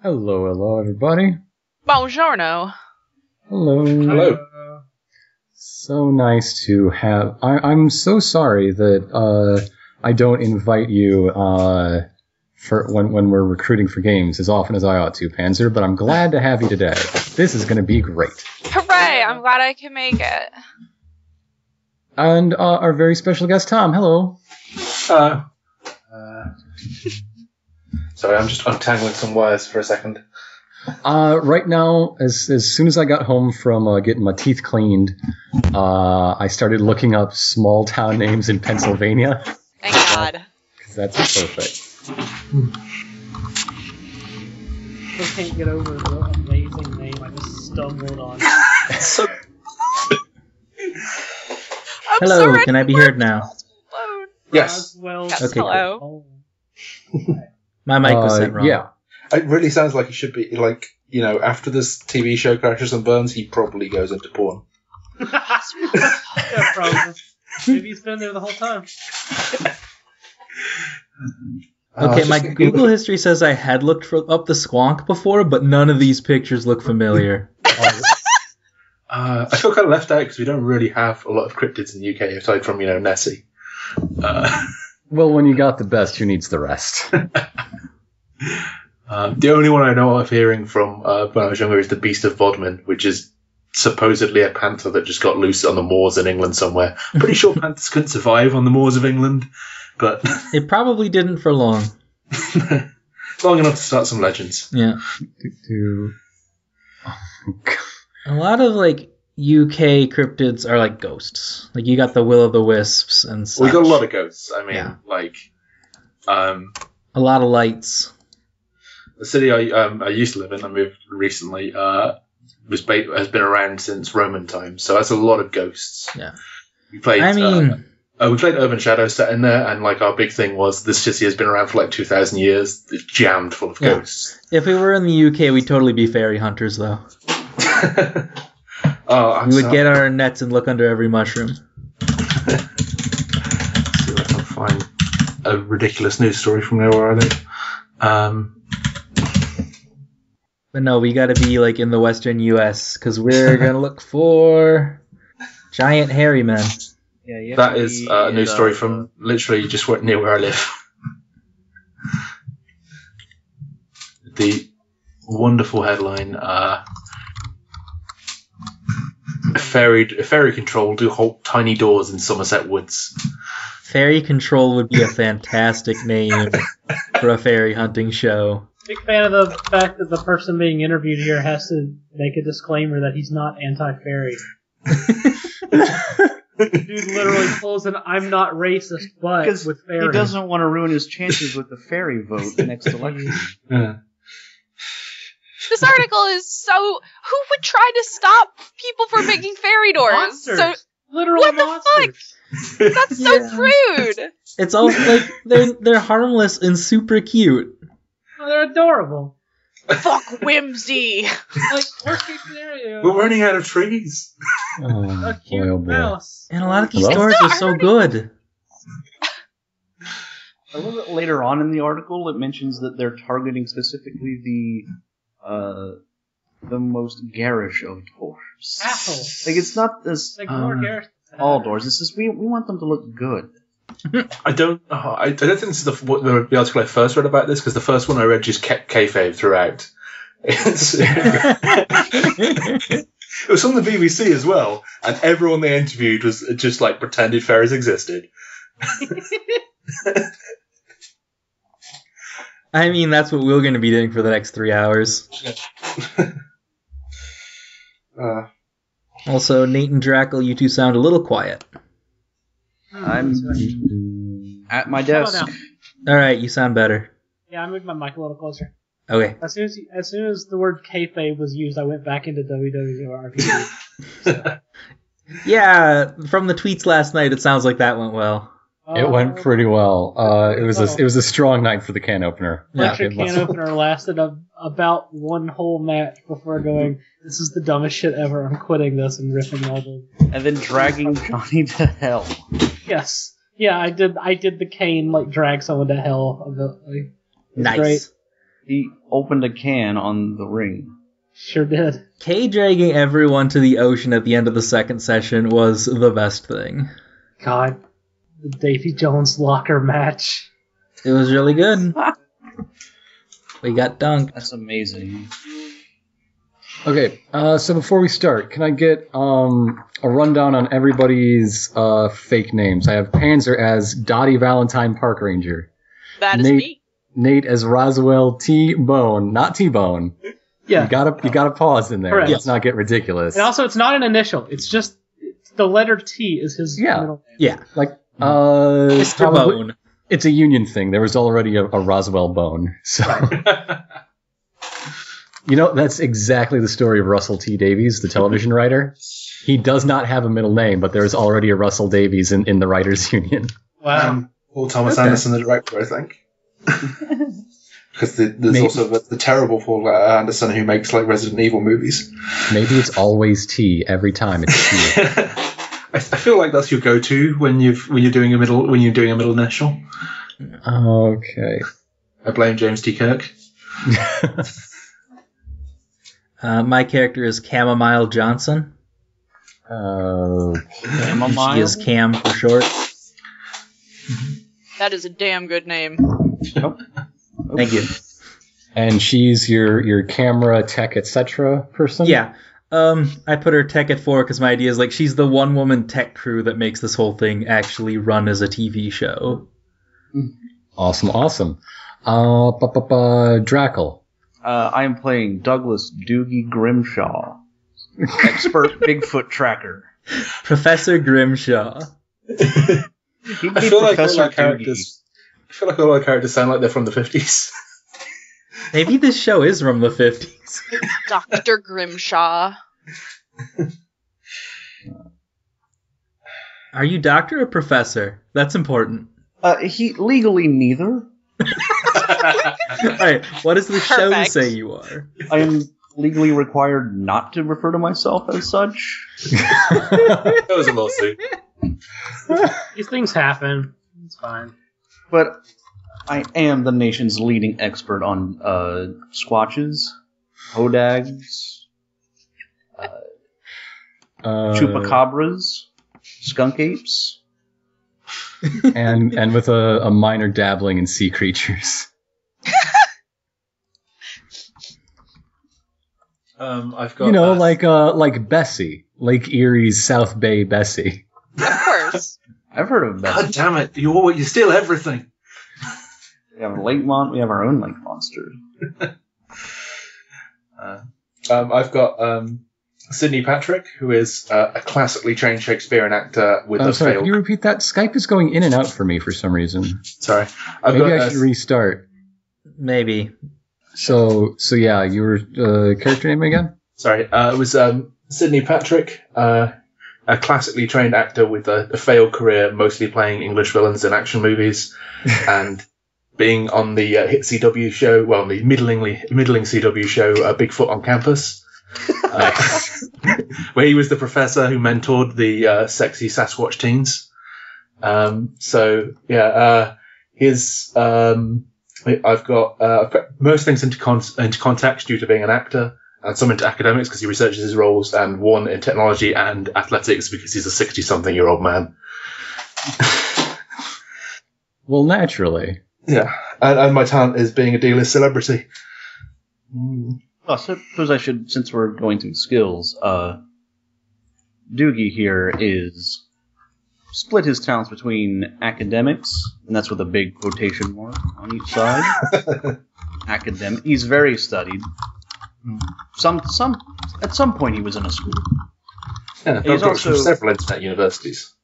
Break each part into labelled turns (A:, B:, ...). A: Hello, hello, everybody.
B: Buongiorno.
A: Hello.
C: Hello.
A: So nice to have. I, I'm so sorry that uh, I don't invite you uh, for when when we're recruiting for games as often as I ought to, Panzer. But I'm glad to have you today. This is going to be great.
B: Hooray! I'm glad I can make it.
A: And uh, our very special guest, Tom. Hello.
C: Uh, uh, sorry, I'm just untangling some wires for a second.
A: Uh, right now, as as soon as I got home from uh, getting my teeth cleaned, uh, I started looking up small town names in Pennsylvania.
B: Thank God.
A: Because that's perfect.
D: I can't get over the amazing name I just stumbled on.
C: So,
B: I'm
E: Hello,
B: sorry
E: can I be
B: for
E: heard now?
B: alone.
C: yes,
D: Roswell.
B: Yes,
E: Okay, cool.
B: hello.
D: Oh.
E: My mic was
A: Uh,
E: set wrong.
A: Yeah.
C: it really sounds like he should be like you know after this TV show crashes and burns, he probably goes into porn.
D: yeah, probably. Maybe he's been there the whole time.
C: Uh,
E: Okay,
C: just
E: my
C: gonna
E: Google
C: Google-
E: history says I had looked for, up the squonk before, but none of these pictures look familiar.
C: Uh, I feel kind of left out because we don't really have a lot of cryptids in the UK aside from you know Nessie. Uh,
A: Well, when you got the best, who needs the rest?
C: um, the only one I know of hearing from uh, when I was younger is the Beast of Bodmin, which is supposedly a panther that just got loose on the moors in England somewhere. Pretty sure panthers couldn't survive on the moors of England, but
E: it probably didn't for long.
C: long enough to start some legends.
E: Yeah.
A: Do-
E: A lot of like UK cryptids are like ghosts. Like you got the will o' the wisps and such.
C: We got a lot of ghosts. I mean,
E: Yeah.
C: like, um,
E: a lot of lights.
C: the city I um, I used to live in, I moved recently, uh, was ba- has been around since Roman times, so that's a lot of ghosts.
E: Yeah.
C: We played.
E: I mean,
C: uh, uh, we played Urban Shadow set in there, and like our big thing was this city has been around for like two thousand years. It's jammed full of
E: Yeah.
C: ghosts.
E: if we were in the UK, we'd totally be fairy hunters though.
C: oh, I'm
E: We would
C: so-
E: get our nets and look under every mushroom.
C: see if I can find a ridiculous news story from there where I live. Um,
E: But no, we gotta be like in the Western U.S. because we're gonna look for giant hairy men.
F: Yeah, you have
C: that
F: to
C: is
F: be
C: uh, a
F: in
C: news
F: the-
C: story from literally just where, near where I live. the wonderful headline: uh, "Ferry ferry control do halt tiny doors in Somerset Woods."
E: Fairy Control would be a fantastic name for a fairy hunting show.
D: Big fan of the fact that the person being interviewed here has to make a disclaimer that he's not anti-fairy. Dude literally pulls an "I'm not racist," but
F: 'Cause
D: with fairy.
F: He doesn't want to ruin his chances with the fairy vote next election.
C: Yeah.
B: This article is so. Who would try to stop people from making fairy doors?
D: monsters.
B: So
D: literal
B: What the
D: monsters.
B: that's so
E: Yeah.
B: rude.
E: It's all like they're they're harmless and super cute.
D: Oh, they're adorable.
B: Fuck whimsy.
D: Like worst case scenario,
C: We're running out of trees.
A: oh,
D: a
A: boy,
D: cute
A: oh boy.
D: mouse.
E: And a lot of these
A: Hello?
E: stories are so good.
F: A little bit later on in the article, it mentions that they're targeting specifically the uh, the most garish of doors.
C: Ah.
D: Assholes.
F: Like it's not this
D: Like more
C: Um,
D: Garrison.
F: all doors. It's just we we want them to look good.
C: I don't. oh, I, I don't think this is the, what, the, the article I first read about this because the first one I read just kept kayfabe throughout. It's- it was on the BBC as well, and everyone they interviewed was just like pretended fairies existed.
E: I mean, that's what we're gonna be doing for the next three hours.
C: Uh,
E: Also, Nate and Drackle, you two sound a little quiet.
F: I'm at my
D: Come on
F: desk.
D: out.
E: All right, you sound better.
D: Yeah, I moved my mic a little closer.
E: Okay.
D: As soon as as soon as the word kayfabe was used, I went back into WWRP.
E: Yeah, from the tweets last night, it sounds like that went well.
A: It went
D: Oh,
A: pretty well. Uh, it was a it was a strong night for the can opener.
E: Yeah.
D: Electric
A: It was.
D: can opener lasted a, about one whole match before going. This is the dumbest shit ever. I'm quitting this and ripping all the.
F: and then dragging Johnny to hell.
D: Yes, yeah, I did. I did the cane like drag someone to hell. of the- like, it's
E: Nice.
D: Great.
F: He opened a can on the ring.
D: Sure did.
E: K dragging everyone to the ocean at the end of the second session was the best thing.
D: God, the Davy Jones locker match.
E: It was really good. we got dunked.
F: That's amazing.
A: Okay, uh, so before we start, can I get um, a rundown on everybody's uh, fake names? I have Panzer as Dottie Valentine Park Ranger,
B: That is
A: Nate-
B: me.
A: Nate as Roswell T Bone, not T Bone.
D: Yeah.
A: You gotta you gotta pause in there.
D: Correct.
A: Let's not get ridiculous.
D: And also, it's not an initial. It's just it's the letter T is his
A: Yeah.
D: middle name.
E: Yeah,
A: Like uh,
E: Mr.
A: probably-
E: Bone.
A: It's a union thing. There was already a, a Roswell Bone, so you know that's exactly the story of Russell T Davies, the television writer. He does not have a middle name, but there is already a Russell Davies in, in the writers' union.
D: Wow.
C: Um, Paul Thomas
A: Okay.
C: Anderson, the director, I think. Because the, there's
A: Maybe.
C: also the, the terrible Paul Anderson who makes like Resident Evil movies.
A: Maybe it's always T every time. It's T.
C: I, I feel like that's your go-to when you when you're doing a middle when you're doing a middle initial.
A: okay.
C: I blame James T. Kirk.
E: Uh, my character is Chamomile Johnson.
A: Uh,
F: Chamomile?
E: She is Cam for short.
B: That is a damn good name.
E: Thank you.
A: and she's your your camera tech etc. person.
E: Yeah. Um, I put her tech at four because my idea is like she's the one woman tech crew that makes this whole thing actually run as a TV show.
A: Awesome. Awesome. Uh, ba ba ba. Drackle.
F: Uh, I am playing Douglas Doogie Grimshaw, expert Bigfoot tracker.
E: Professor Grimshaw.
F: He'd
C: I
F: be
C: feel like all
F: Professor
C: our characters. I feel like all our characters sound like they're from the fifties.
E: Maybe this show is from the 50s.
B: Dr. Grimshaw.
E: Are you doctor or professor? That's important.
F: Doogie. Uh, he legally neither.
E: All right, what does the show
B: Perfect.
E: say you are?
F: I am legally required not to refer to myself as such.
C: that was a lawsuit.
D: These things happen. It's fine.
F: but I am the nation's leading expert on uh, squatches, hodags,
A: Uh,
F: chupacabras, skunk apes.
A: and and with a, a minor dabbling in sea creatures.
C: Um, I've got
A: You know,
C: uh,
A: like uh, like Bessie, Lake Erie's South Bay Bessie.
B: Of course.
F: I've heard of that.
C: God damn it! You all you steal everything.
F: We have a lake mon. We have our own lake monster.
C: Uh, um, I've got um, Sydney Patrick, who is uh, a classically trained Shakespearean actor with
A: I'm
C: a
A: Oh, sorry.
C: failed.
A: Can you repeat that? Skype is going in and out for me for some reason.
C: Sorry, I've
A: Maybe
C: got
A: I
C: uh,
A: should restart.
E: Maybe.
A: So so yeah, your uh, character name again?
C: sorry. Uh, it was um, Sydney Patrick, uh, a classically trained actor with a, a failed career, mostly playing English villains in action movies, and being on the uh, hit CW show, well, the middlingly middling CW show, uh, Bigfoot on Campus. Uh, where he was the professor who mentored the uh, sexy Sasquatch teens. Um, so yeah, uh, his um, I- I've got uh, I've put most things into con- into context due to being an actor, and Uh, some into academics because he researches his roles, and one in technology and athletics because he's a sixty-something-year-old man.
A: Well, naturally.
C: Yeah, and, and my talent is being a D-list celebrity.
F: Well, I suppose I should, since we're going through skills, uh, Doogie here is split his talents between academics, and that's with a big quotation mark on each side. Academic. He's very studied. Some, some, at some point he was in a school.
C: Yeah,
F: He's
C: I've got from
F: also-
C: several internet universities.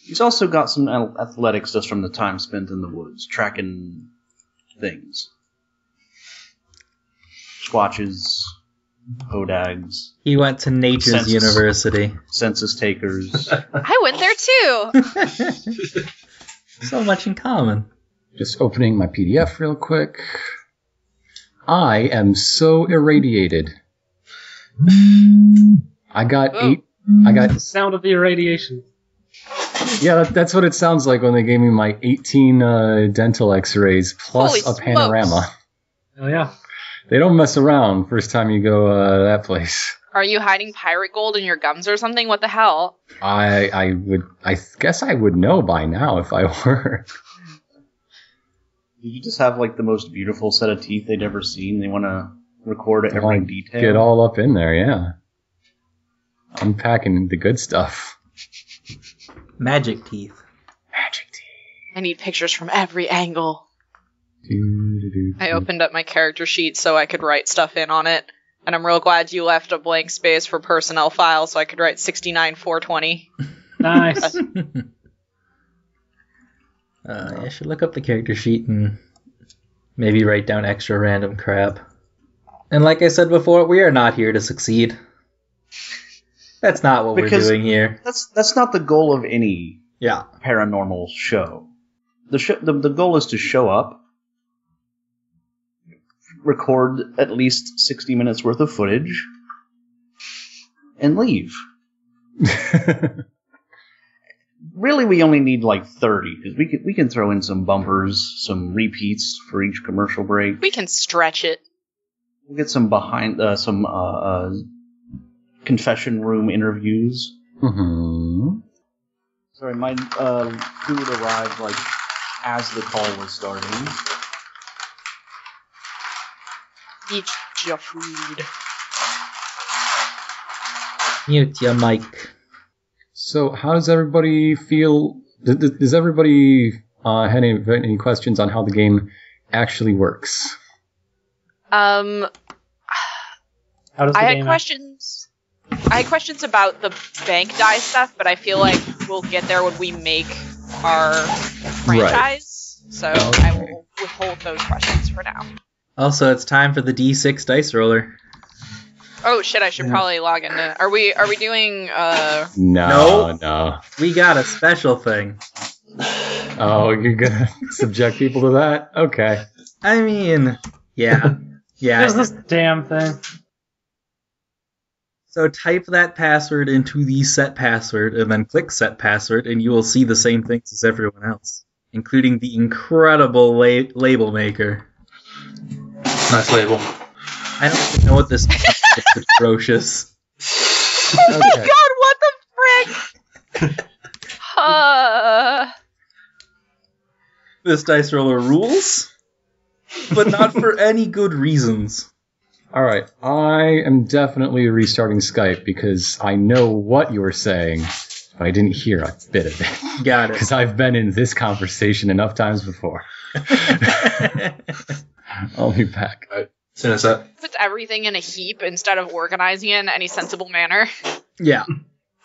F: He's also got some al- athletics just from the time spent in the woods, tracking things, squatches, hodags,
E: He went to Nature's
F: Census.
E: University.
F: census takers.
B: I went there too.
E: So much in common.
A: Just opening my PDF real quick. I am so irradiated. I got
B: Oh.
A: eight. I got
D: The sound of the irradiation.
A: yeah. That, that's what it sounds like when they gave me my 18 uh, dental X-rays plus
B: Holy
A: a panorama.
B: smokes.
D: Oh yeah.
A: They don't mess around first time you go uh, that place.
B: Are you hiding pirate gold in your gums or something? What the hell?
A: I I would I guess I would know by now if I were.
F: Did you just have like the most beautiful set of teeth they'd ever seen? They want to record every
A: Wanna
F: detail.
A: Get all up in there, yeah. Unpacking the good stuff.
E: Magic teeth.
A: Magic teeth.
B: I need pictures from every angle.
A: Doo-doo-doo.
B: I opened up my character sheet so I could write stuff in on it, and I'm real glad you left a blank space for personnel file so I could write 69420.
D: Nice.
E: Uh, I should look up the character sheet and maybe write down extra random crap. And like I said before, we are not here to succeed. That's not what
F: Because-
E: we're doing here.
F: That's that's not the goal of any
E: Yeah.
F: paranormal show. The, sh- the the goal is to show up, record at least sixty minutes worth of footage, and leave. Really, we only need like thirty because we can we can throw in some bumpers, some repeats for each commercial break.
B: We can stretch it.
F: We'll get some behind uh, some uh, uh, confession room interviews.
A: Mhm.
F: Sorry, my uh, food arrived like as the call was starting.
B: Eat your food.
E: Mute your mic.
A: So, how does everybody feel? th- th- Does everybody uh, have any, any questions on how the game actually works?
B: Um,
D: How does the
B: I had
D: game
B: questions. I had questions about the bank die stuff, but I feel like we'll get there when we make our franchise. So I
A: Okay.
B: will withhold those questions for now.
E: Also, it's time for the D6 dice roller.
B: Oh shit! I should
E: Yeah.
B: probably log into. Are we? Are we doing? Uh,
A: No, no.
E: We got a special thing.
A: Oh, you're gonna subject people to that? Okay.
E: I mean, yeah. Yeah.
D: There's this damn thing.
E: So type that password into the set password and then click set password, and you will see the same things as everyone else, including the incredible la- label maker.
C: Nice label.
E: I don't even know what this is. It's atrocious.
B: Oh my god! What the frick? uh,
E: This dice roller rules, but not for any good reasons.
A: All right. I am definitely restarting Skype because I know what you were saying, but I didn't hear a bit of it
E: Got
A: because I've been in this conversation enough times before.
E: it.
A: I'll be back.
C: Soon as that.
B: puts everything in a heap instead of organizing it in any sensible manner.
E: yeah.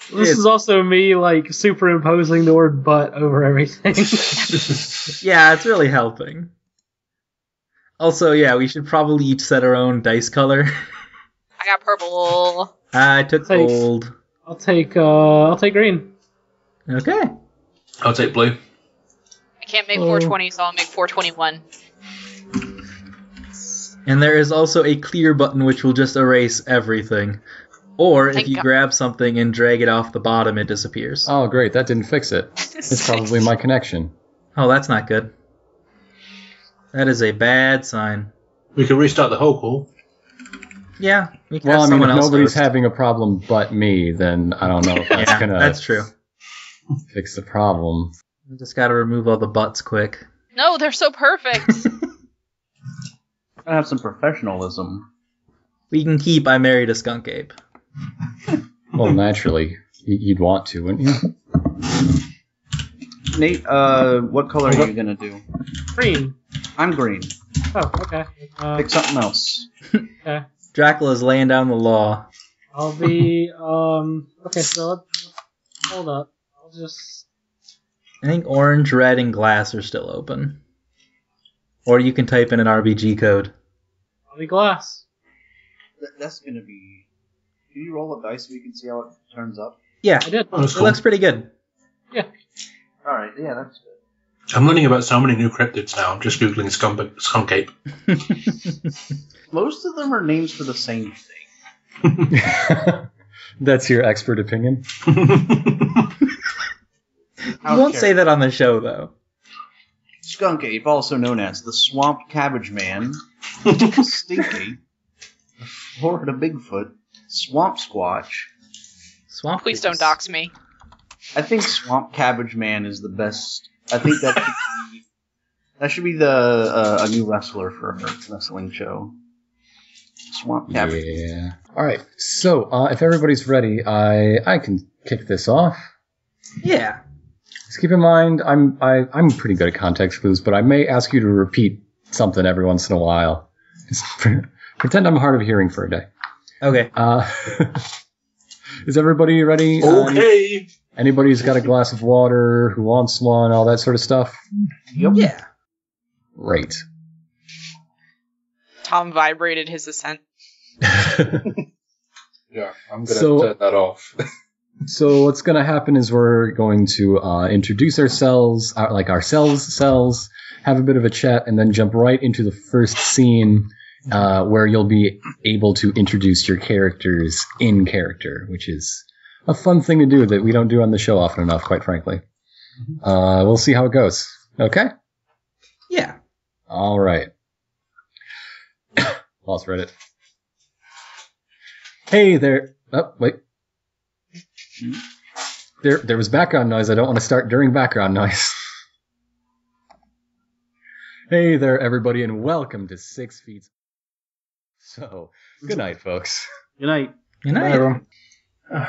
D: This
E: It's-
D: is also me like superimposing the word "butt" over everything.
E: Yeah, it's really helping. Also, yeah, we should probably each set our own dice color.
B: I got purple.
E: I took
D: Thanks.
E: gold.
D: I'll take uh, I'll take green.
E: Okay.
C: I'll take blue.
B: I can't make
A: Oh.
B: 420, so I'll make 421.
E: And there is also a clear button which will just erase everything. Or if
B: Thank
E: you
B: God.
E: grab something and drag it off the bottom, it disappears.
A: Oh, great. That didn't fix it. It's probably my connection.
E: Oh, that's not good. That is a bad sign.
C: We can restart the whole call.
E: Yeah, we can
A: Well, I
E: have
A: mean,
E: someone
A: if
E: else
A: nobody's
E: host.
A: having a problem but me, then I don't know if that's
E: yeah,
A: gonna
E: that's true.
A: fix the problem.
E: We just gotta remove all the butts quick.
B: No, they're so perfect.
F: Gotta have some professionalism.
E: We can keep I Married a Skunk Ape.
A: Well, naturally, y- you'd want to, wouldn't you?
F: Nate, uh, what color are you gonna do?
D: Green.
F: I'm green.
D: Oh, okay. Uh,
F: Pick something else.
D: okay.
E: Dracula's laying down the law.
D: I'll be um. Okay, so let's, hold up. I'll just
E: I think orange, red, and glass are still open. Or you can type in an RBG code.
D: I'll be glass.
F: Th- That's gonna be. Can you roll a dice so we can see how it turns up?
E: Yeah,
D: I did.
C: That was
E: it
C: cool.
E: looks pretty good.
F: All right. Yeah, that's good.
C: I'm learning about so many new cryptids now. I'm just googling skunk, skunk ape.
F: Most of them are names for the same thing.
A: that's your expert opinion.
E: You won't say that on the show, though.
F: Skunk ape, also known as the swamp cabbage man, Stinky, Florida Bigfoot, Swamp Squatch.
A: Oh,
E: Swamp.
B: Please don't
E: Goose.
B: dox me.
F: I think Swamp Cabbage Man is the best. I think that should be, that should be the uh, a new wrestler for her wrestling show. Swamp Cabbage.
A: Yeah. All right. So, uh, if everybody's ready, I I can kick this off.
E: Yeah.
A: Just keep in mind, I'm I, I'm pretty good at context clues, but I may ask you to repeat something every once in a while. Just pre- pretend I'm hard of hearing for a day.
E: Okay.
A: Uh, is everybody ready? Uh,
C: Okay.
A: anybody's got a glass of water? Who wants one? All that sort of stuff.
E: Yeah.
A: Great.
B: Tom vibrated his assent.
C: Yeah, I'm gonna
A: So-
C: turn that off.
A: So what's going to happen is we're going to uh, introduce ourselves, our, like ourselves, selves, have a bit of a chat, and then jump right into the first scene uh, where you'll be able to introduce your characters in character, which is a fun thing to do that we don't do on the show often enough, quite frankly. Uh, we'll see how it goes. Okay.
E: Yeah.
A: All right. Lost Reddit. Hey there. Oh, wait. There, there was background noise. I don't want to start during background noise. hey there, everybody, and welcome to Six Feet. So, good night, folks.
F: Good night.
E: You know.
A: Dun,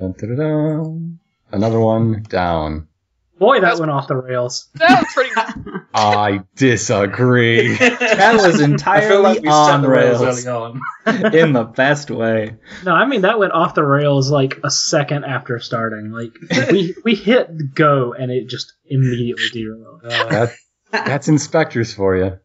A: dun, dun, dun. Another one down.
D: Boy, that went off the rails.
B: That was pretty.
A: I disagree.
E: That was
C: I feel
E: entirely
C: like we set
E: on
C: the rails
E: rails
C: early on.
E: in the best way.
D: No, I mean that went off the rails like a second after starting. Like we we hit go and it just immediately derailed. Uh,
A: That, that's inspectors for you.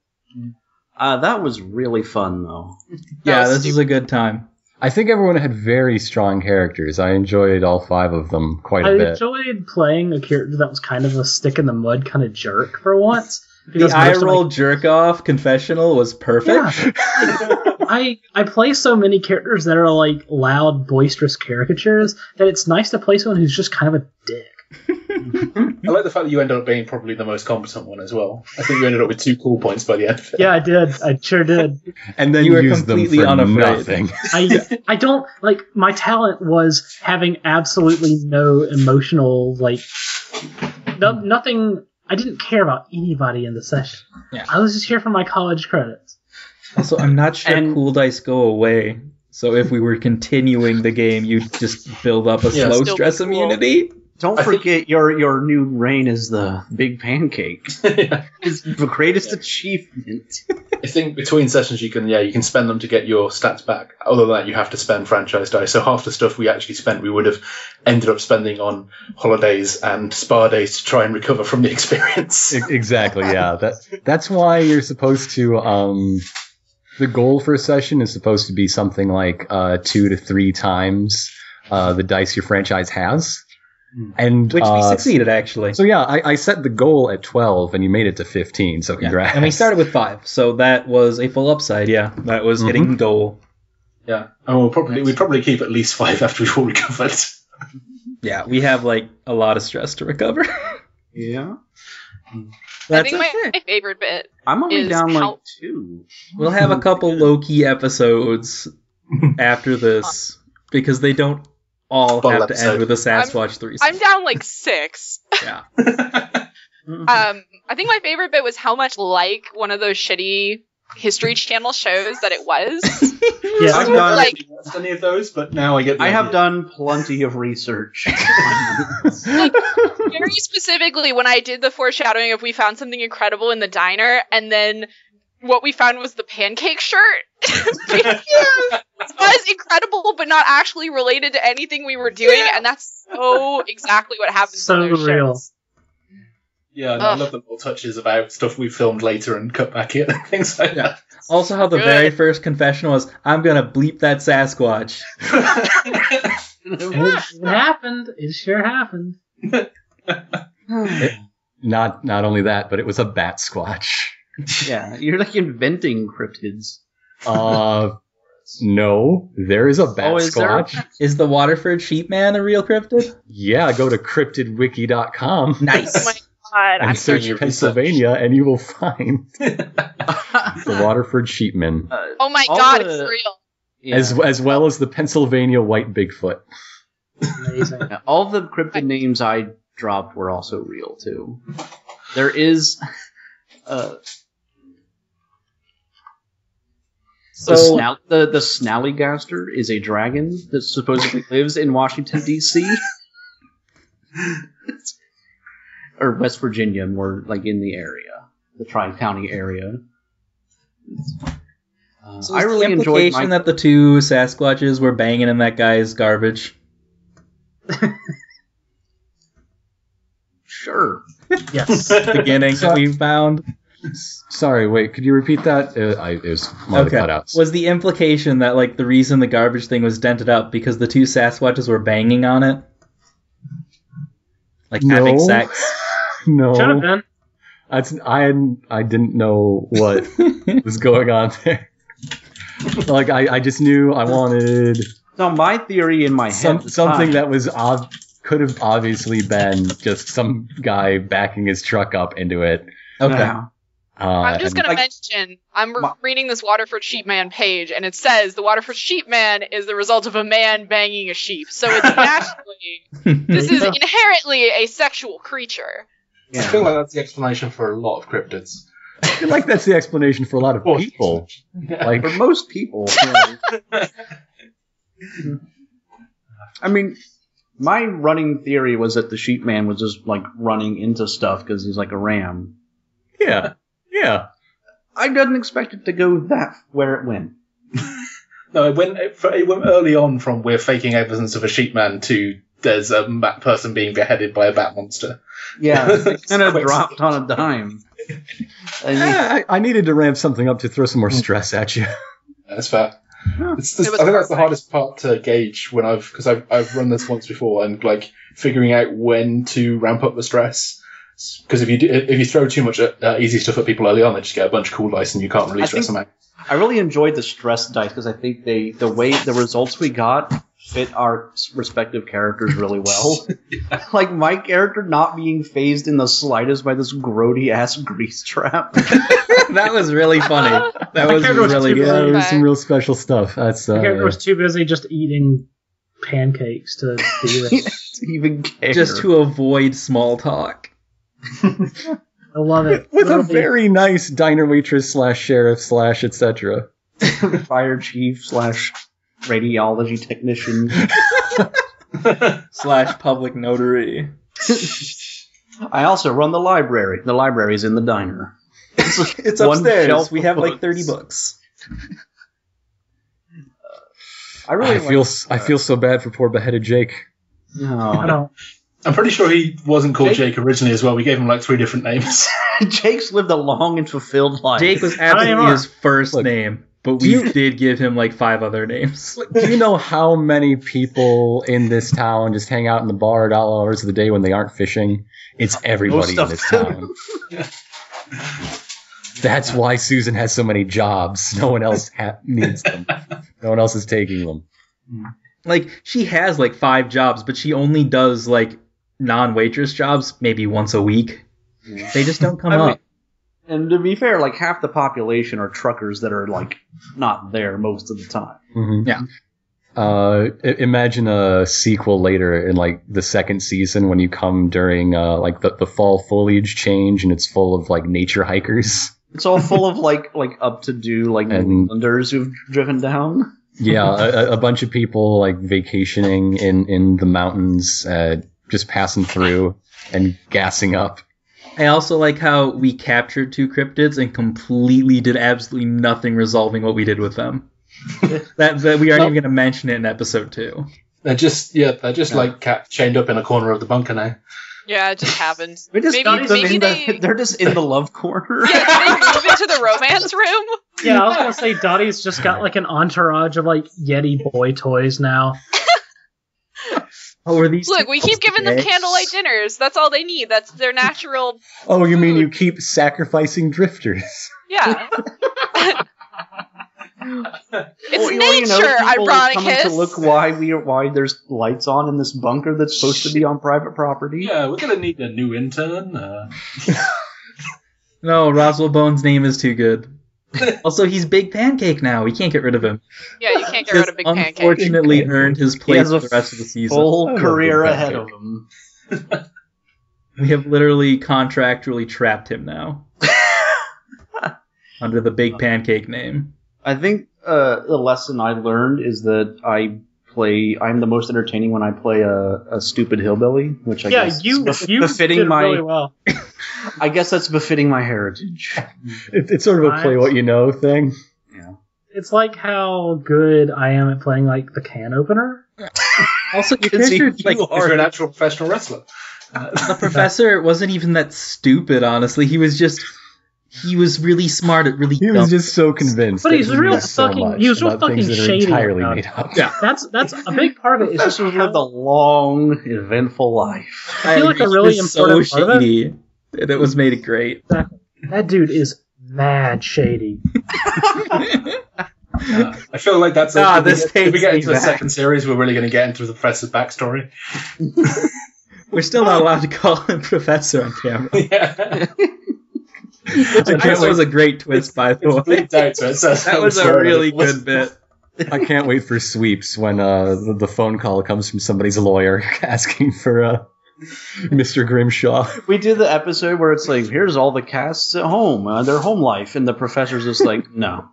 F: Uh, that was really fun though.
E: Yeah,
B: was
E: this is a good time.
A: I think everyone had very strong characters. I enjoyed all five of them quite
D: I
A: a bit.
D: enjoyed playing a character that was kind of a stick in the mud kind of jerk for once.
E: The
D: because
E: eye
D: most of my-
E: roll jerk off confessional was perfect.
D: I I play so many characters that are like loud, boisterous caricatures that it's nice to play someone who's just kind of a dick.
C: I like the fact that you ended up being probably the most competent one as well. I think you ended up with two cool points by the end. Of it.
D: Yeah, I did. I sure did.
A: and then
E: You were
A: use them
E: completely
A: for
E: unafraid.
A: nothing.
D: I I don't like my talent was having absolutely no emotional like no, nothing. I didn't care about anybody in the session.
E: Yeah.
D: I was just here for my college credits.
E: Also, I'm not sure
F: And-
E: cool dice go away. So if we were continuing the game, you'd just build up a
F: Yeah,
E: slow
B: still
E: stress
B: cool.
E: immunity.
F: Don't
C: I think-
F: forget your your new reign is the Big Pancake. It's the greatest achievement.
C: I think between sessions you can yeah you can spend them to get your stats back. Other than that, you have to spend franchise dice. So half the stuff we actually spent, we would have ended up spending on holidays and spa days to try and recover from the experience.
A: E- exactly. Yeah. That that's why you're supposed to. Um, the goal for a session is supposed to be something like uh, two to three times uh, the dice your franchise has,
C: Mm.
A: and
E: Hmm. Which we
A: uh,
E: succeeded actually.
A: So yeah, I, I set the goal at twelve, and you made it to fifteen. So congrats.
E: And we started with five, so that was a full upside, yeah. That was hitting goal.
C: Yeah, and we'll probably we probably keep at least five after we've all recovered.
E: Yeah, we have like a lot of stress to recover.
F: Yeah.
B: I
E: That's
B: think my,
E: okay.
B: my favorite bit.
F: I'm only
B: Is
F: down like
B: how-
F: two.
E: We'll have a couple low key episodes after this because they don't all
C: Full
E: have to
C: episode.
E: end with a Sasquatch threesome.
B: I'm down like six.
E: yeah.
B: Um, I think my favorite bit was how much like one of those shitty History Channel shows that it was.
D: Yeah,
B: I've
F: I've
B: done-
F: done.
B: Like-
C: any of those, but now I get. the
F: I have
C: idea.
F: done plenty of research.
B: Very specifically, when I did the foreshadowing of we found something incredible in the diner, and then what we found was the pancake shirt. It was incredible, but not actually related to anything we were doing, and that's so exactly what happens.
D: So
B: in those
D: real.
B: Shows.
C: Yeah, and I love the little touches about stuff we filmed later and cut back in and things like
E: Yeah. Also, how the
B: Good.
E: very first confession was, I'm going to bleep that Sasquatch.
C: that.
D: And it, it happened. It sure happened.
A: not not only that, but it was a bat squatch.
F: yeah, you're like inventing cryptids.
A: Uh, no, there is a bat
F: Oh, is there a
A: squatch.
E: Is the Waterford Sheep Man a real cryptid?
A: Yeah, go to cryptidwiki.com.
E: Nice.
B: Oh God, I'm
A: and search
C: doing your
A: Pennsylvania, and you will find the Waterford sheepman,
B: Oh my
F: All
B: god,
F: the-
B: it's real.
F: Yeah.
A: as as well as the Pennsylvania white Bigfoot.
D: Amazing.
F: Yeah, all the cryptid names I dropped were also real too. There is uh,
E: So-
F: the, snout, the the Snallygaster is a dragon that supposedly lives in Washington D.C. or West Virginia, more like in the area, the Tri County area. Uh,
E: So
F: I
E: is the
F: really enjoyed
E: implication
F: my.
E: that the two Sasquatches were banging in that guy's garbage.
F: sure.
D: Yes.
E: Beginning that we found.
A: S- Sorry, wait, could you repeat that? Uh, I, it was one of the
E: Okay.
A: cutouts.
E: Was the implication that like the reason the garbage thing was dented up because the two Sasquatches were banging on it? Like having
A: No.
E: sex.
D: Should have
A: no,
D: been.
A: that's, I hadn't- I didn't know what was going on there. like I, I just knew I wanted
F: So my theory in my head,
A: some,
F: was
A: something
F: fine.
A: that was ob- could have obviously been just some guy backing his truck up into it.
E: okay.
F: Yeah.
A: Uh,
B: I'm just
A: and-
B: gonna
F: like-
B: mention I'm re-
F: Ma-
B: reading this Waterford Sheepman page, and it says the Waterford Sheepman is the result of a man banging a sheep. So it's naturally this is
D: Yeah.
B: inherently a sexual creature.
C: I feel like that's the explanation for a lot of cryptids.
A: I feel like that's the explanation for a lot of
C: Well,
A: people. Like
F: for most people. yeah. I mean, my running theory was that the sheep man was just like running into stuff because he's like a ram.
A: yeah, yeah.
F: I didn't expect it to go that where it went.
C: No, it went, it it went early on from we're faking evidence of a sheepman to there's a bat person being beheaded by a bat monster.
F: Yeah, it
C: It's
F: kind of
C: quick.
F: dropped on a dime. And
A: Ah, I, I needed to ramp something up to throw some more stress at you.
C: That's fair.
F: Huh.
C: It's just,
B: It
C: I
B: was
C: think that's the
B: perfect.
C: hardest part to gauge when I've because I've, I've run this once before and like figuring out when to ramp up the stress. Because if you do, if you throw too much uh, easy stuff at people early on, they just get a bunch of cool dice and you can't really
F: I
C: stress
F: think-
C: them out.
F: I really enjoyed the stress dice because I think they the way the results we got fit our respective characters really well. Like my character not being phased in the slightest by this grody ass grease trap.
E: that was really funny. That was
D: character was
E: really
D: too
A: Yeah,
E: good.
A: there was some real special stuff. That's
D: The character
A: uh,
D: was too busy just eating pancakes to do it.
F: To even care.
E: Just to avoid small talk.
D: I love it.
A: with a
D: Literally,
A: very nice diner waitress slash sheriff slash etc.
F: fire chief slash radiology technician.
E: Slash public notary.
F: I also run the library. The library's in the diner.
E: It's
F: One
E: upstairs.
F: shelf
E: We
F: of
E: have like 30
F: books.
E: books.
F: I really
A: I feel s I I feel so bad for poor beheaded Jake.
D: I
F: no.
D: don't.
C: I'm pretty sure he wasn't called
F: Jake-
C: Jake originally as well. We gave him like three different names.
F: Jake's lived a long and fulfilled life.
E: Jake was
D: am I?
E: absolutely his first
A: Look,
E: name, but
A: do
E: we
A: you-
E: did give him like five other names.
A: Do you know how many people in this town just hang out in the bar at all hours of the day when they aren't fishing? It's everybody in
F: of
A: this
F: them.
A: town. That's why Susan has so many jobs. No one else ha- needs them. No one else is taking them.
E: Like she has like five jobs, but she only does like non-waitress jobs maybe once a week. They just don't come
F: I mean-
E: up.
F: And to be fair, like half the population are truckers that are like not there most of the time.
A: Mhm.
E: Yeah.
A: Uh, i- imagine a sequel later in like the second season when you come during uh, like the, the fall foliage change and it's full of like nature hikers.
F: It's all full of like like up to do like
A: And-
F: New Englanders who've driven down.
A: Yeah, a, a- a bunch of people like vacationing in in the mountains, uh, just passing through and gassing up.
E: I also like how we captured two cryptids and completely did absolutely nothing resolving what we did with them. that, that we aren't even going to mention it in episode two.
C: they're just yeah, they're just like cat chained up in a corner of the bunker now.
B: Yeah, it just happened.
F: We just
B: Maybe-
F: got them
B: maybe
F: in
B: they-
F: the, they're just in the love corner.
B: Yeah, did they move into the romance room?
D: Yeah, I was gonna say Dottie's just got like an entourage of like Yeti boy toys now.
E: Oh, were these?
B: Look, we keep giving them
E: Yes.
B: candlelight dinners. That's all they need. That's their natural.
A: Oh, you mean
B: mean
A: you
B: you
A: keep sacrificing drifters?
B: Yeah. It's
F: Or, you know, you
B: nature,
F: know, people coming
B: Ironicus.
F: to look why we are, why there's lights on in this bunker that's supposed to be on private property.
C: Yeah, we're gonna need a new intern. Uh,
E: No, Roswell Bones' name is too good. also, he's Big Pancake now. We can't get rid of him.
B: yeah, you can't get rid of Big Pancake.
E: unfortunately earned his place
F: has a
E: for the rest of the season.
F: Full
A: Big
F: career
A: Pancake.
F: ahead of him.
E: We have literally contractually trapped him now. under the Big Pancake name.
F: I think uh, the lesson I learned is that I play. I'm the most entertaining when I play a, a stupid hillbilly, which I
D: yeah,
F: guess
D: you
F: is bef-
D: you
F: befitting
D: did
F: my.
D: really well.
F: I guess that's befitting my heritage.
A: It, it's sort of a play what you know thing.
D: It's like how good I am at playing like the can opener.
E: Also, your
F: It's
E: character,
F: you
E: like,
C: if you're an actual professional wrestler.
E: the professor wasn't even that stupid, honestly. He was just, he was really smart at really
A: He
E: dumb.
A: was just so convinced.
D: But
A: that
D: he's
A: he
D: real
A: knew so
D: fucking-
A: much
D: he was real
A: about things
D: fucking
A: that are
D: shady
A: entirely
D: about it.
A: made up.
E: Yeah.
D: That's that's a big part of it. Is
F: This
D: just
F: was lived a
D: how,
F: long, eventful life.
D: I feel like a
E: He
D: really
E: was
D: important
E: so
D: part of it-
E: shady that it was made it great.
D: that dude is mad shady.
C: Uh, I feel like that's.
E: Ah,
C: if we
E: this
C: get- if we
E: takes
C: get
E: me
C: into the
E: back.
C: second series, we're really going to get into the professor's backstory.
E: We're still not allowed to call him professor on camera.
C: yeah,
E: That was a great twist, by the way.
C: bleeped out, so uh, it says
E: That was a
C: sorry.
E: really good bit.
A: I can't wait for sweeps when uh, the, the phone call comes from somebody's lawyer asking for uh, Mr. Grimshaw.
F: We did the episode where it's like, here's all the casts at home, uh, their home life, and the professor's just like, no.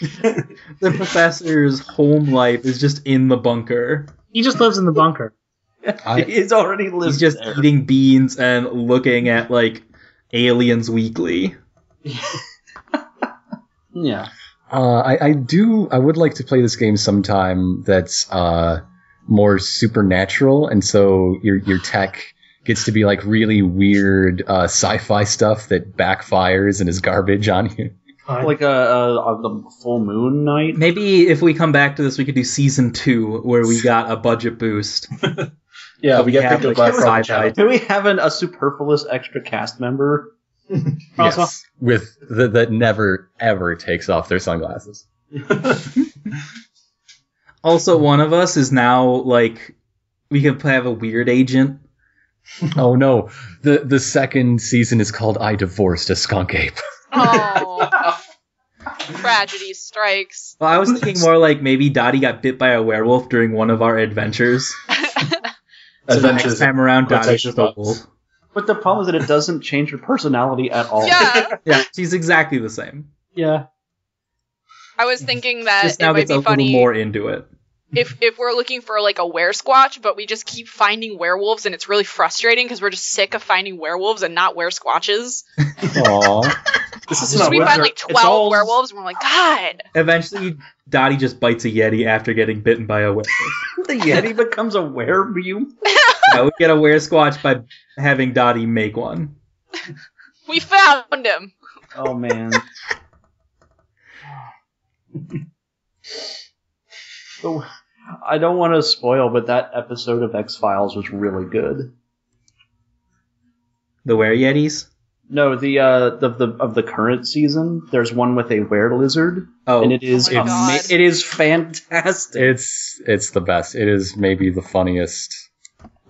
E: The professor's home life is just in the bunker.
D: He just lives in the bunker.
A: I-
F: He's already lived
E: He's just
F: there.
E: eating beans and looking at like Aliens Weekly.
F: Yeah.
A: Uh, I, I do. I would like to play this game sometime. That's uh, more supernatural, and so your your tech gets to be like really weird uh, sci-fi stuff that backfires and is garbage on you.
D: God.
F: Like a, a, a the full moon night.
E: Maybe if we come back to this, we could do season two where we got a budget boost.
C: Yeah, we get
E: Yeah,
C: picked up
E: like
C: by a
E: sci-fi.
C: proper channel.
F: Do we have an, a superfluous extra cast member?
D: Roswell.
A: Yes, with the, that never ever takes off their sunglasses.
E: Also, one of us is now like we could have a weird agent.
A: oh no! the The second season is called "I Divorced a Skunk Ape."
B: Oh. Tragedy strikes.
E: Well, I was thinking more like maybe Dottie got bit by a werewolf during one of our adventures. So next
C: Adventures.
E: time around, Dottie's
C: quotation
E: just a
C: marks.
E: wolf.
F: But the problem is that it doesn't change her personality at all.
B: yeah,
E: Yeah, she's exactly the same.
D: yeah.
B: I was thinking that
E: Just
B: it
E: now
B: might
E: gets a
B: be
E: little
B: funny
E: more into it.
B: if if we're looking for like a were squatch, but we just keep finding werewolves, and it's really frustrating because we're just sick of finding werewolves and not were squatches.
A: Aww.
C: This is
F: Just
B: So
C: not
B: we
F: weird.
B: find
C: weather.
B: like
F: It's
B: twelve
F: all-
B: werewolves, and we're like, God,
E: Eventually, Dottie just bites a yeti after getting bitten by a werewolf.
F: The Yeti becomes a werewolf.
E: yeah, we get a wear squatch by having Dottie make one.
B: we found him.
F: Oh man. So, I don't want to spoil, but that episode of X Files was really good.
E: The wear yetis.
F: No, the uh, the, the of the current season, there's one with a were lizard,
E: Oh,
F: and it is
B: Oh my
F: ama-
B: God.
F: it is fantastic.
A: It's it's the best. It is maybe the funniest.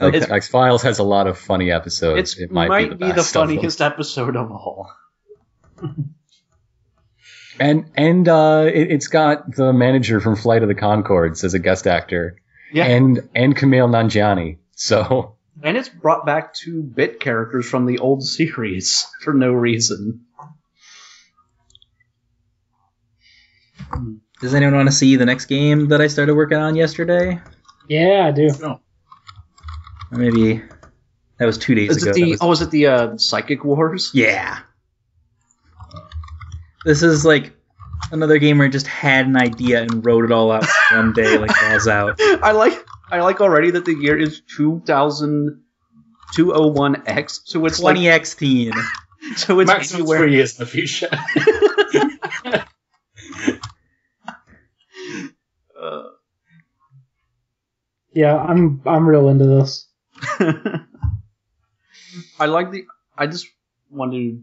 A: Like,
E: It's-
A: X Files has a lot of funny episodes.
F: It's,
A: it might, be the, best of them.
F: funniest episode of all.
A: And and uh, it, it's got the manager from Flight of the Concords as a guest actor.
F: Yeah.
A: And and Camille Nanjiani. So
F: And it's brought back two bit characters from the old series for no reason.
E: Does anyone want to see the next game that I started working on yesterday?
D: Yeah, I do.
E: Or Maybe that was two days
F: Is
E: ago.
F: it
E: that
F: the
E: was-
F: oh is it the uh, Psychic Wars?
E: Yeah. This is like another game where I just had an idea and wrote it all out one day, like balls out.
F: I like I like already that the year is 2000 201X, so it's
E: Twenty X-teen.
F: like so it's
C: Maximum
F: anywhere.
C: three years in the future.
F: Uh,
D: Yeah, I'm I'm real into this.
F: I like the I just want to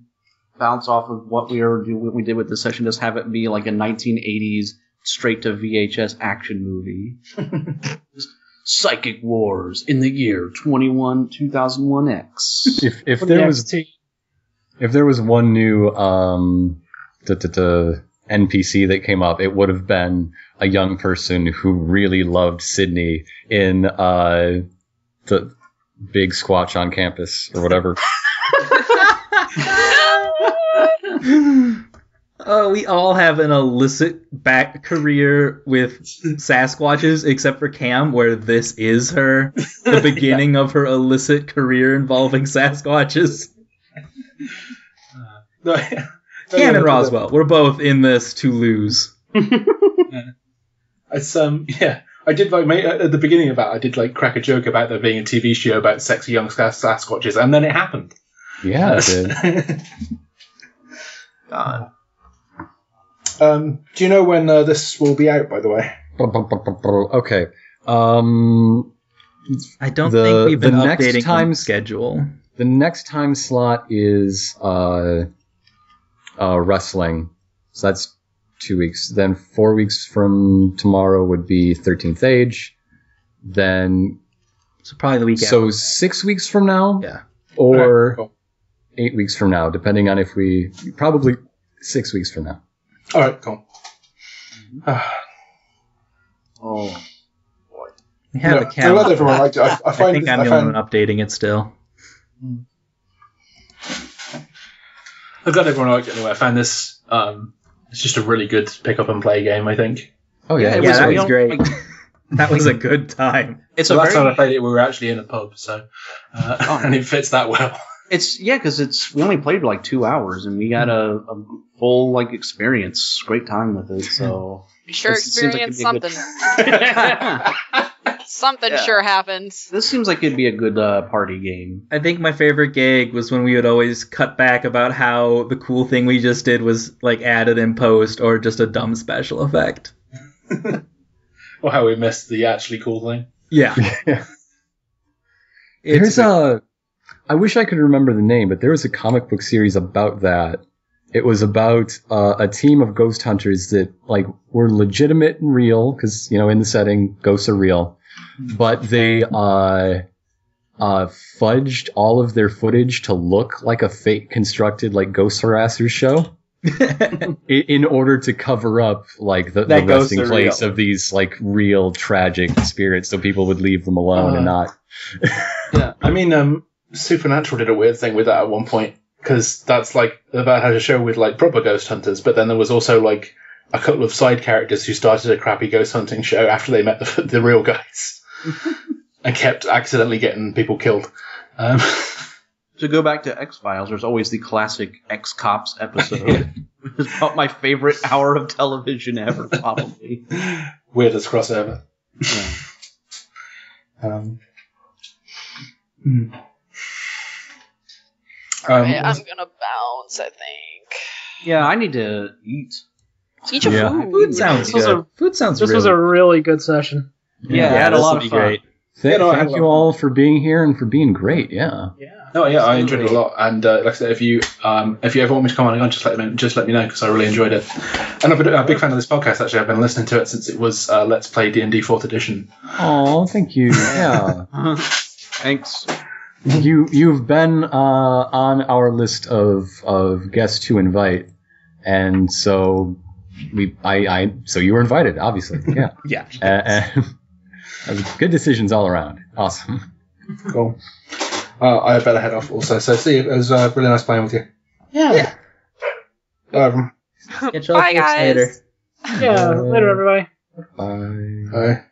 F: bounce off of what we are do what we did with this session. Just have it be like a 1980s straight to VHS action movie. Just Psychic Wars in the year 21 2001 X.
A: If if there was
D: NXT.
A: if there was one new um duh, duh, duh, NPC that came up, it would have been a young person who really loved Sydney in uh the big squatch on campus or whatever.
E: Oh, we all have an illicit back career with Sasquatches, except for Cam, where this is her the beginning of her illicit career involving Sasquatches.
C: No,
E: Cam and Roswell, we're both in this to lose.
C: It's um yeah. I did like make, at the beginning about I did like crack a joke about there being a TV show about sexy young Sas- Sasquatches, and then it happened.
A: Yeah, it did.
F: God.
C: um, do you know when uh, this will be out? By the way,
A: Okay. Um,
E: I don't
A: The-
E: think we've been
A: the next
E: updating the
A: time-
E: schedule.
A: the next time slot is uh, uh, wrestling. So that's two weeks. Then four weeks from tomorrow would be 13th Age. Then,
E: So probably the week after.
A: so six weeks from now?
E: Yeah.
A: Or
C: Okay, cool.
A: eight weeks from now, depending on if we. Probably six weeks from now.
C: all right, cool. Ah,
F: Oh.
E: We have
C: No,
E: a Cam.
C: I love everyone. I, I, I
E: I
C: find
E: think
C: this-
E: I'm
C: I
E: the
C: find-
E: only one updating it still.
C: I'm glad everyone liked it anyway. I found this. Um, it's just a really good pick up and play game. I think.
A: Oh, yeah.
F: it
E: yeah,
F: was-
E: that
F: we
E: was
F: don't-
E: great.
F: like-
E: that was a good time.
F: It's
C: So
F: a
C: last
F: very,
C: time I played it, we were actually in a pub, so uh,
F: Oh.
C: and it fits that well.
F: it's yeah, because it's we only played like two hours and we got a, a full like experience, great time with it. So
B: sure
F: This seems like it'd
B: experience
F: be a good-
B: something. Something
F: Yeah.
B: sure happens.
F: this seems like it'd be a good uh, party game.
E: I think my favorite gig was when we would always cut back about how the cool thing we just did was like added in post or just a dumb special effect.
C: Or how we missed the actually cool thing.
E: Yeah.
A: Yeah.
E: It's
A: There's a. I wish I could remember the name, but there was a comic book series about that. It was about uh, a team of ghost hunters that like were legitimate and real, because you know in the setting ghosts are real, but they uh, uh, fudged all of their footage to look like a fake constructed like ghost harassers show in, in order to cover up like the, the
E: That ghosts
A: resting
E: are
A: place of these like real tragic spirits, so people would leave them alone and
C: Uh,
A: not.
C: Yeah, I mean, um, Supernatural did a weird thing with that at one point because that's like about how to show with like proper ghost hunters, but then there was also like a couple of side characters who started a crappy ghost hunting show after they met the, the real guys and kept accidentally getting people killed. Um,
F: To go back to X Files, there's always the classic X Cops episode. Which is about my favorite hour of television ever, probably.
C: weirdest crossover. Um, hmm. Um,
B: Okay, I'm gonna bounce. I think.
F: yeah, I need to eat.
B: Eat your
A: Yeah.
B: food.
E: food sounds
D: This was
E: good.
D: a-
E: food sounds
D: This
E: really
D: was a really good session.
F: Yeah, I had a
E: this
F: lot
E: would
F: of
E: be
F: fun.
E: great.
A: Th-
C: Yeah, no, I had
A: thank
C: a lot
A: you
C: of
A: all for being here and for being great. Yeah.
D: Yeah.
C: No, yeah, I enjoyed it a lot, and uh, like I said, if you um, if you ever want me to come on again, just let me just let me know because I really enjoyed it. And I've been a big fan of this podcast. Actually, I've been listening to it since it was uh, Let's Play D and D Fourth Edition.
A: Oh, thank you. Yeah.
F: Thanks.
A: you you've been uh, on our list of of guests to invite, and so we I, I so you were invited, obviously. Yeah.
E: Yeah.
A: A- and- that was good decisions all around. Awesome.
C: Cool. Uh, I better head off also. So see, you. it was uh, really nice playing with you.
D: Yeah.
C: Um,
E: Catch up
B: Bye,
E: folks
B: guys.
E: later.
D: Yeah. Later, everybody.
A: Bye.
C: bye.